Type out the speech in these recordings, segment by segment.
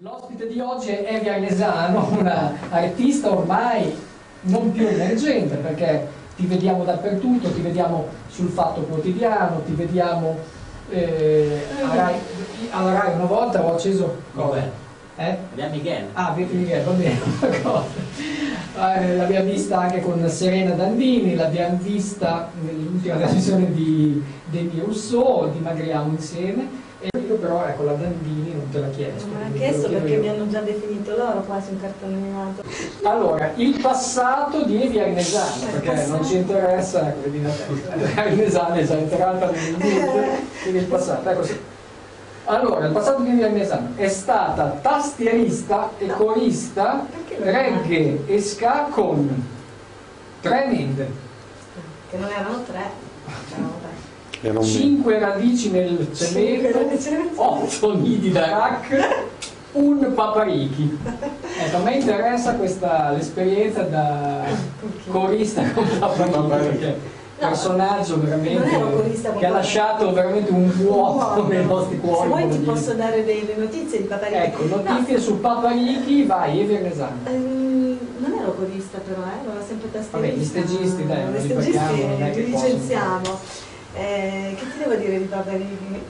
L'ospite di oggi è Evia Lesano, una artista ormai non più emergente perché ti vediamo dappertutto, ti vediamo sul Fatto Quotidiano, ti vediamo eh, a Rai, alla Rai una volta ho acceso... Vabbè. Eh? Abbiamo Miguel. Ah, via Miguel, va bene, una cosa. Eh, l'abbiamo vista anche con Serena Dandini, l'abbiamo vista nell'ultima trasmissione di Denis Rousseau, dimagriamo insieme. E io però, ecco, la Dandini non te la chiedo. Non me l'ha quindi chiesto te lo chiedo perché io. mi hanno già definito loro quasi un cartone animato. Allora, il passato di Evi Arnesano, Eh, Il perché non passato. ci interessa, ecco, vedi, la- Arnesano è già entrata nel Eh. mood, quindi il passato, ecco sì. Allora, il passato di Evi Arnesano è stata tastierista e corista Perché non reggae e ska con tre mende, Che non erano tre. Erano tre. E non mi... cinque radici nel Cinque cemento, radici nel cemento. otto nidi da rack, un paparichi. Ecco, a me interessa questa, l'esperienza da... corista con Papa Vabbè. perché personaggio non ero veramente corista con che ha Papa lasciato veramente un vuoto nei nostri Se cuori. vuoi ti come dire. posso dare delle notizie di Paparino. Ecco, notizie su Paparichi, vai, Evia Mesano. ehm, non ero corista però, eh, ero sempre tastierista. Vabbè, gli stagisti, dai, non Gli li stagisti paghiamo, non è che li possono. licenziamo. Eh, che ti devo dire di Paparino?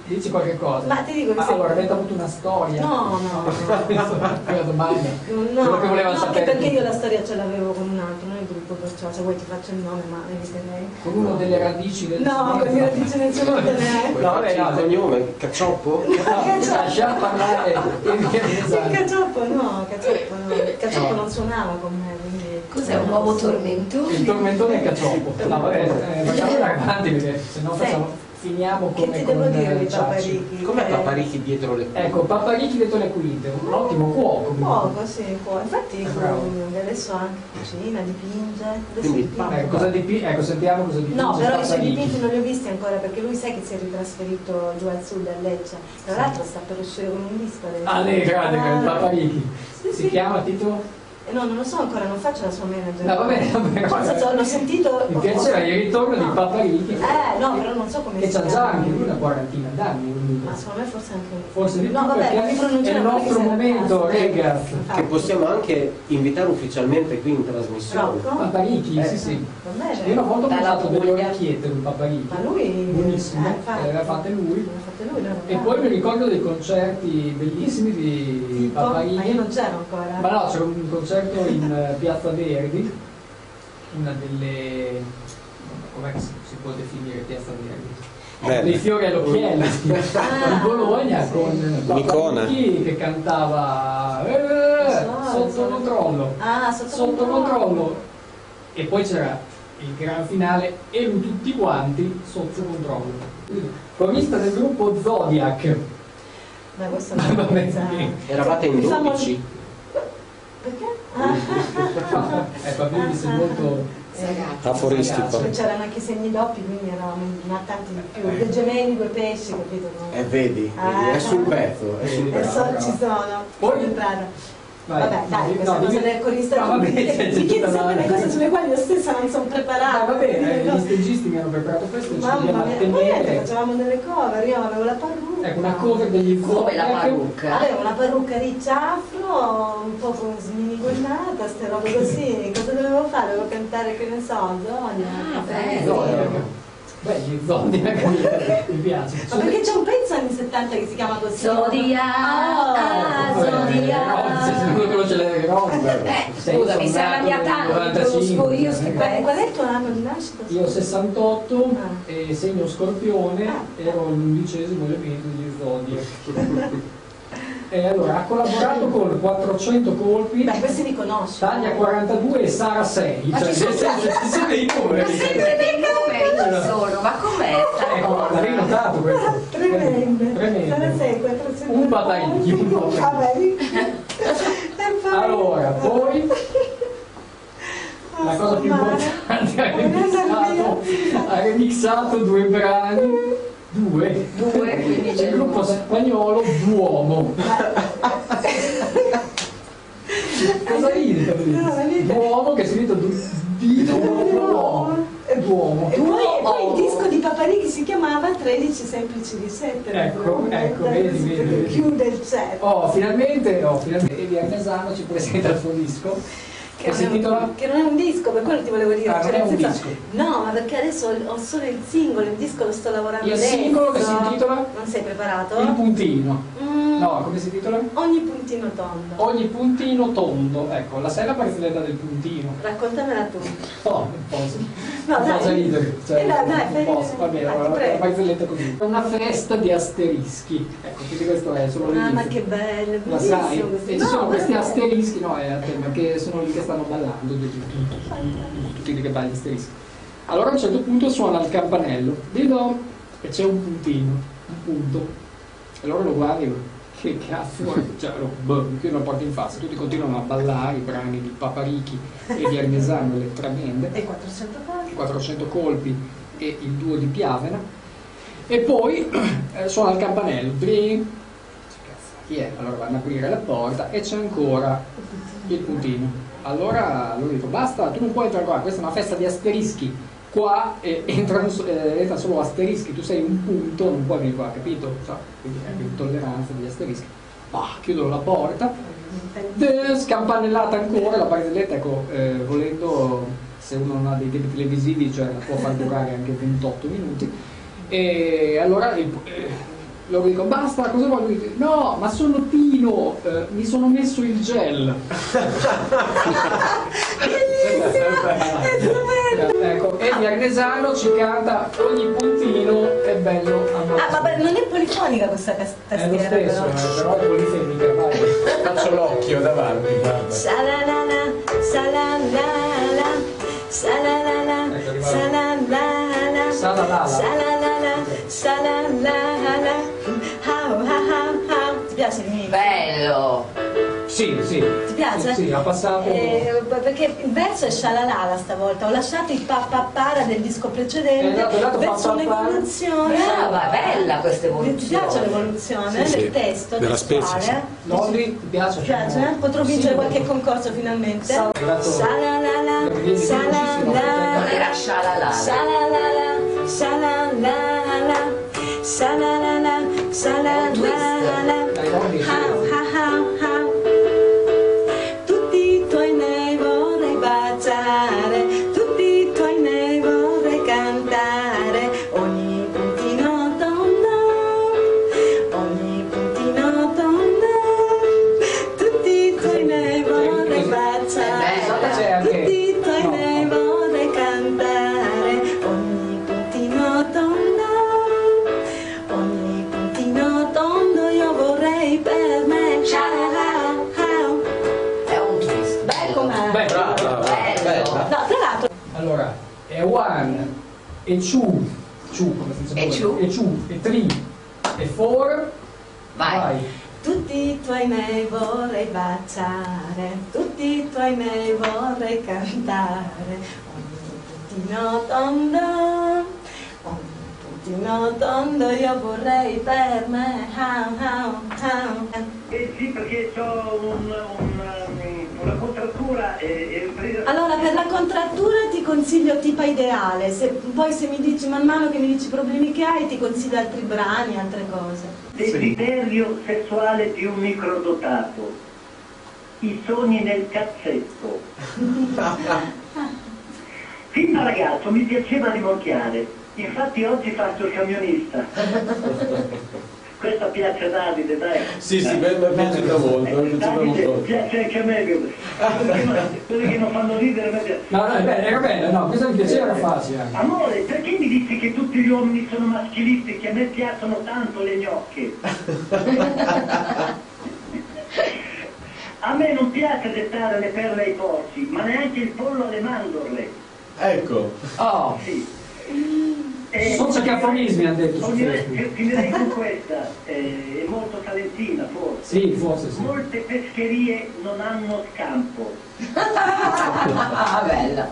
Dici qualche cosa. Ma ti dico che Ah, sei- allora, avete avuto una storia. No, no. Quella domanda. No, Quello che voleva no, anche sapere. perché io la storia ce l'avevo con un altro, non il gruppo, perciò se vuoi ti faccio il nome, ma evidentemente. Con uno delle radici del No, con i radici nel eh. cielo non è. No, No, vabbè, no, vabbè, il cognome, Cacioppo? Eh, No, cioè, lascia parlare Evia Il Mesano. cacioppo no, cacioppo no, il cacioppo non suonava con me, quindi... Cos'è un uovo tormento? Il tormentone è Cacioppo. No, vabbè, eh, facciamo andare avanti perché sennò Sì. facciamo, finiamo Che come ti devo con dire eh, di Ciacci. Paparicchi? Com'è Eh, Paparicchi dietro le Ecco, Paparicchi detto le quinte, un ottimo cuoco. quindi. Poco, sì, può. Infatti Eh, Bravo. con- adesso anche cucina, dipinge, adesso Quindi, dipinge. Eh, cosa dipi- ecco, sentiamo cosa dipinge No, però i suoi Paparicchi. dipinti non li ho visti ancora perché lui sai che si è ritrasferito giù al sud a Lecce. Tra Sì. l'altro sta per uscire con un disco adesso. Ah, lei è grande, Ah, grande, Paparicchi. Sì, Si sì. chiama Tito? Eh, No, non lo so ancora, non faccio la sua manager. No, va bene, va bene. Cioè, nel senso, l'ho sentito. Mi piaceva il ritorno di Paparicchi. Eh, no, però non so come Che si c'ha chiama. già anche lui una quarantina d'anni. quindi. Ma secondo me forse anche Forse di più No, vabbè, non mi perché è pronunciare il perché nostro sennò momento, eh, basta. ragazzi. Ah, Che possiamo anche invitare ufficialmente qui in trasmissione. Rocco? Paparicchi, Eh. sì, sì. Va bene. Io ho molto Dalla pensato delle Puglia. orecchiette con Paparicchi. Ma lui... Buonissimo, eh, infatti. eh, l'ha fatta lui. L'ha fatta lui, no, E no. poi mi ricordo dei concerti bellissimi di Tipo, Ma io non Papaini. c'ero ancora. Ma no, c'era un concerto in eh, Piazza Verdi, una delle... com'è che si si può definire Piazza Verdi? Dei fiori all'occhiello di Ah, certo, Bologna sì. con Un'icona. Papanicchi che cantava eh, Lo so, lo sotto so. controllo, Ah, sotto, sotto controllo. E poi c'era il gran finale e lui tutti quanti sotto controllo. Corista del gruppo Zodiac. Ma questo Ma non va lo bene. Eravate in Mi fa 12? Perché? Ah. Eh, Ecco, quindi sei molto... Sagato. Aforistico. Cioè, c'erano anche i segni doppi, quindi eravamo in tanti di più. Eh. Due gemelli, due pesci, capito? No? Eh, vedi, Ah. è sul pezzo, è sul Eh, pezzo. Adesso brava, ci sono. Poi- Sono entrata. Vai, Vabbè, dai, questa no, cosa dimmi- del corista No, vabbè, mi c'è- c'è mi tutta chiedo la- sempre le cose sulle quali io stessa non sono Ah, va preparata. bene, Dico, gli stagisti mi hanno preparato questo, ci dobbiamo Mamma mia, poi niente, attenere. facevamo delle cover, io avevo la parrucca. Ecco, una cover degli Come la Zodiac. parrucca. Avevo una parrucca ricciafro, un po' con sminigonnata, ste robe così. Cosa dovevo fare? Dovevo cantare, che ne so, Zonia. Ah, Gli bello. Eh, Zodiac. Beh, gli Zodiac, mi piace. Eh, Ma perché c'è un pezzo anni 70 che si chiama così? Zodia, Ah, ah, Zodia. Secondo me non ce l'hai Ah. Eh, scusami, sei arrabbiata tanto, te lo scopo io sti Beh, pezzi. qual è il tuo anno di nascita? Io ho 68 Ah. e segno scorpione, Ah. ero l'undicesimo elemento di Zodiac. e allora, ha collaborato con 400 colpi, Beh, questi li conosco. Taglia 42 e Sara 6. Ma cioè, ci sono- nel senso, ci sono dei Ma numeri. sempre dei numeri ci sono, ma com'è sta Ecco, l'avevi cosa? notato questo? Tremende. Tremendo. Sarà sei, 400. Un bataglio. Vabbè. Allora, poi la cosa più importante ha remixato, ha remixato due brani, due, Due, quindi c'è del gruppo due. spagnolo Duomo. Cosa ridi? No, non ride. Duomo che si dice du- di Duomo. E è d'uomo. E poi, e poi Oh. il disco di Paparighi si chiamava 13 semplici di 7. Ecco, ecco, vedi, vedi. Chiude il cerchio. Oh, finalmente, oh, finalmente Evia Casano ci presenta il suo disco. Che si non è un- intitola? che non è un disco, per quello ti volevo dire. Ah, non cioè, è un nel senso- disco. No, ma perché adesso ho ho solo il singolo, il disco lo sto lavorando Il adesso. singolo che si intitola? Non sei Il preparato? puntino. Mm, No, come si intitola? Ogni puntino tondo. Ogni puntino tondo. Ecco, la sella barzelletta del puntino. Raccontamela tu. No, non posso. No, non dai. posso ridere. Cioè, Eh, dai, dai, non fai posso. Va ridere. bene, Dai, ti allora, la prego. barzelletta così. Una festa di asterischi. Ecco, quindi questo è solo Ah, ma l'inizio. che bello, La sai? bellissimo questo. E ci No, sono questi guarda. asterischi, no, è a tema, che sono lì che stanno ballando, tutti, tutti lì che ballano gli asterischi. Allora a un certo punto suona il campanello, di do, e c'è un puntino, un punto. E loro lo guardano, che cazzo, è? cioè, lo, boh, che lo porta in faccia, tutti continuano a ballare i brani di Paparichi e di Armesano, le tremende. E 400 pagine. 400 colpi e il duo di Piavena e poi eh, suona il campanello Dring. Dice, "Cazzo, chi è? allora vanno ad aprire la porta e c'è ancora il puntino allora lui dice basta tu non puoi entrare qua questa è una festa di asterischi qua eh, entrano so- eh, entra solo asterischi tu sei un punto non puoi venire qua capito Cioè, quindi è intolleranza degli asterischi bah, chiudono la porta De- Eh, scampanellata ancora la barzelletta ecco eh, volendo se uno non ha dei tempi televisivi cioè la può far durare anche 28 minuti e allora il- eh, loro dicono basta cosa vuoi Lui dice, no ma sono Pino eh, mi sono messo il gel bellissimo ecco e Agnesano ci canta ogni puntino è bello Ah, ammazzo vabbè, non è polifonica questa cas- è lo tastiera stesso però. eh, però è polisemmica vai Faccio l'occhio davanti, Ah, guarda. Shalalala, shalalala, shalalala, Ecco, arrivato. shalalala, Shalalala. shalalala, shalalala, how, how, how, how. Ti piace il mio? Bello! sì sì Ti piace? sì, sì, ha passato Eh, perché il verso è shalalala stavolta, ho lasciato il pa pa para del disco Eh, precedente, dato, dato, verso pa, pa, pa. un'evoluzione. Eh, Brava, bella questa Ti piace evoluzione! l'evoluzione Sì, del sì, testo, della testuale? specie, sì. Lolli, ti piace? Ti piace? eh? Potrò vincere qualche concorso finalmente? Sa- Shalalala, Non shalalala, era scialala. shalalala, shalalala, shalalala, shalalala. Dai, Lolli. How, how, how, how. Tutti i tuoi nei vorrei baciare, tutti i tuoi nei vorrei cantare, ogni puntino tondo, ogni puntino tondo, tutti i tuoi nei vorrei baciare, tutti i tuoi nei vorrei cantare, ogni puntino tondo, ogni puntino tondo io vorrei per me. È un twist. Beh, Bello! com'è? Beh, Brava, Bello! bella. No, tra l'altro Allora, è one, e two, two, come si dice? E two. E two, e three, e four. Vai! Tutti i tuoi nei vorrei baciare, tutti i tuoi nei vorrei cantare, ogni puntino tondo, ogni puntino tondo io vorrei per me. Ah, ah, ah. Eh sì, perché ho un, un, una contrattura e, e presa Allora, per la contrattura ti consiglio Tipa Ideale, se, poi se mi dici man mano che mi dici i problemi che hai ti consiglio altri brani, altre cose. desiderio sessuale di un microdotato, i sogni nel cazzetto. Fin da ragazzo mi piaceva rimorchiare, infatti oggi faccio il camionista. Questa piace a Davide, dai. Sì, sì, mi è piaciuta molto, mi è piaciuta Davide, molto. piace anche a me, quelli che non fanno ridere, a me piace. No, no, è bello, era bello, no, questo mi piaceva, era facile. anche. Amore, perché mi dici che tutti gli uomini sono maschilisti, che a me piacciono tanto le gnocche? a me non piace dettare le perle ai porci, ma neanche il pollo alle mandorle. Ecco, Oh, Sì. Eh, sono cafonismi, hanno detto su Facebook. Finirei eh, finirei con questa, eh, è molto talentina forse. Sì, forse sì. Molte pescherie non hanno scampo. Ah, bella!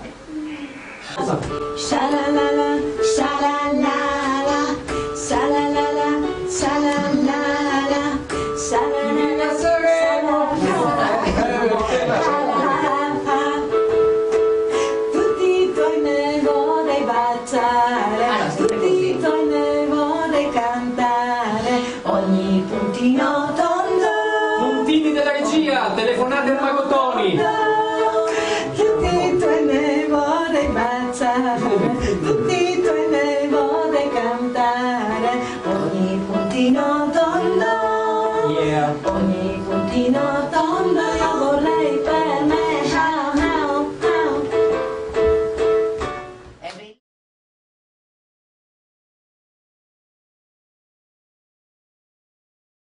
Shalalala, shalalala, shalalala, shalalala, shalalala, e shalalala. Tutti i tuoi nei vorrei baciare. e puntino tondo, Yeah. ogni puntino tondo.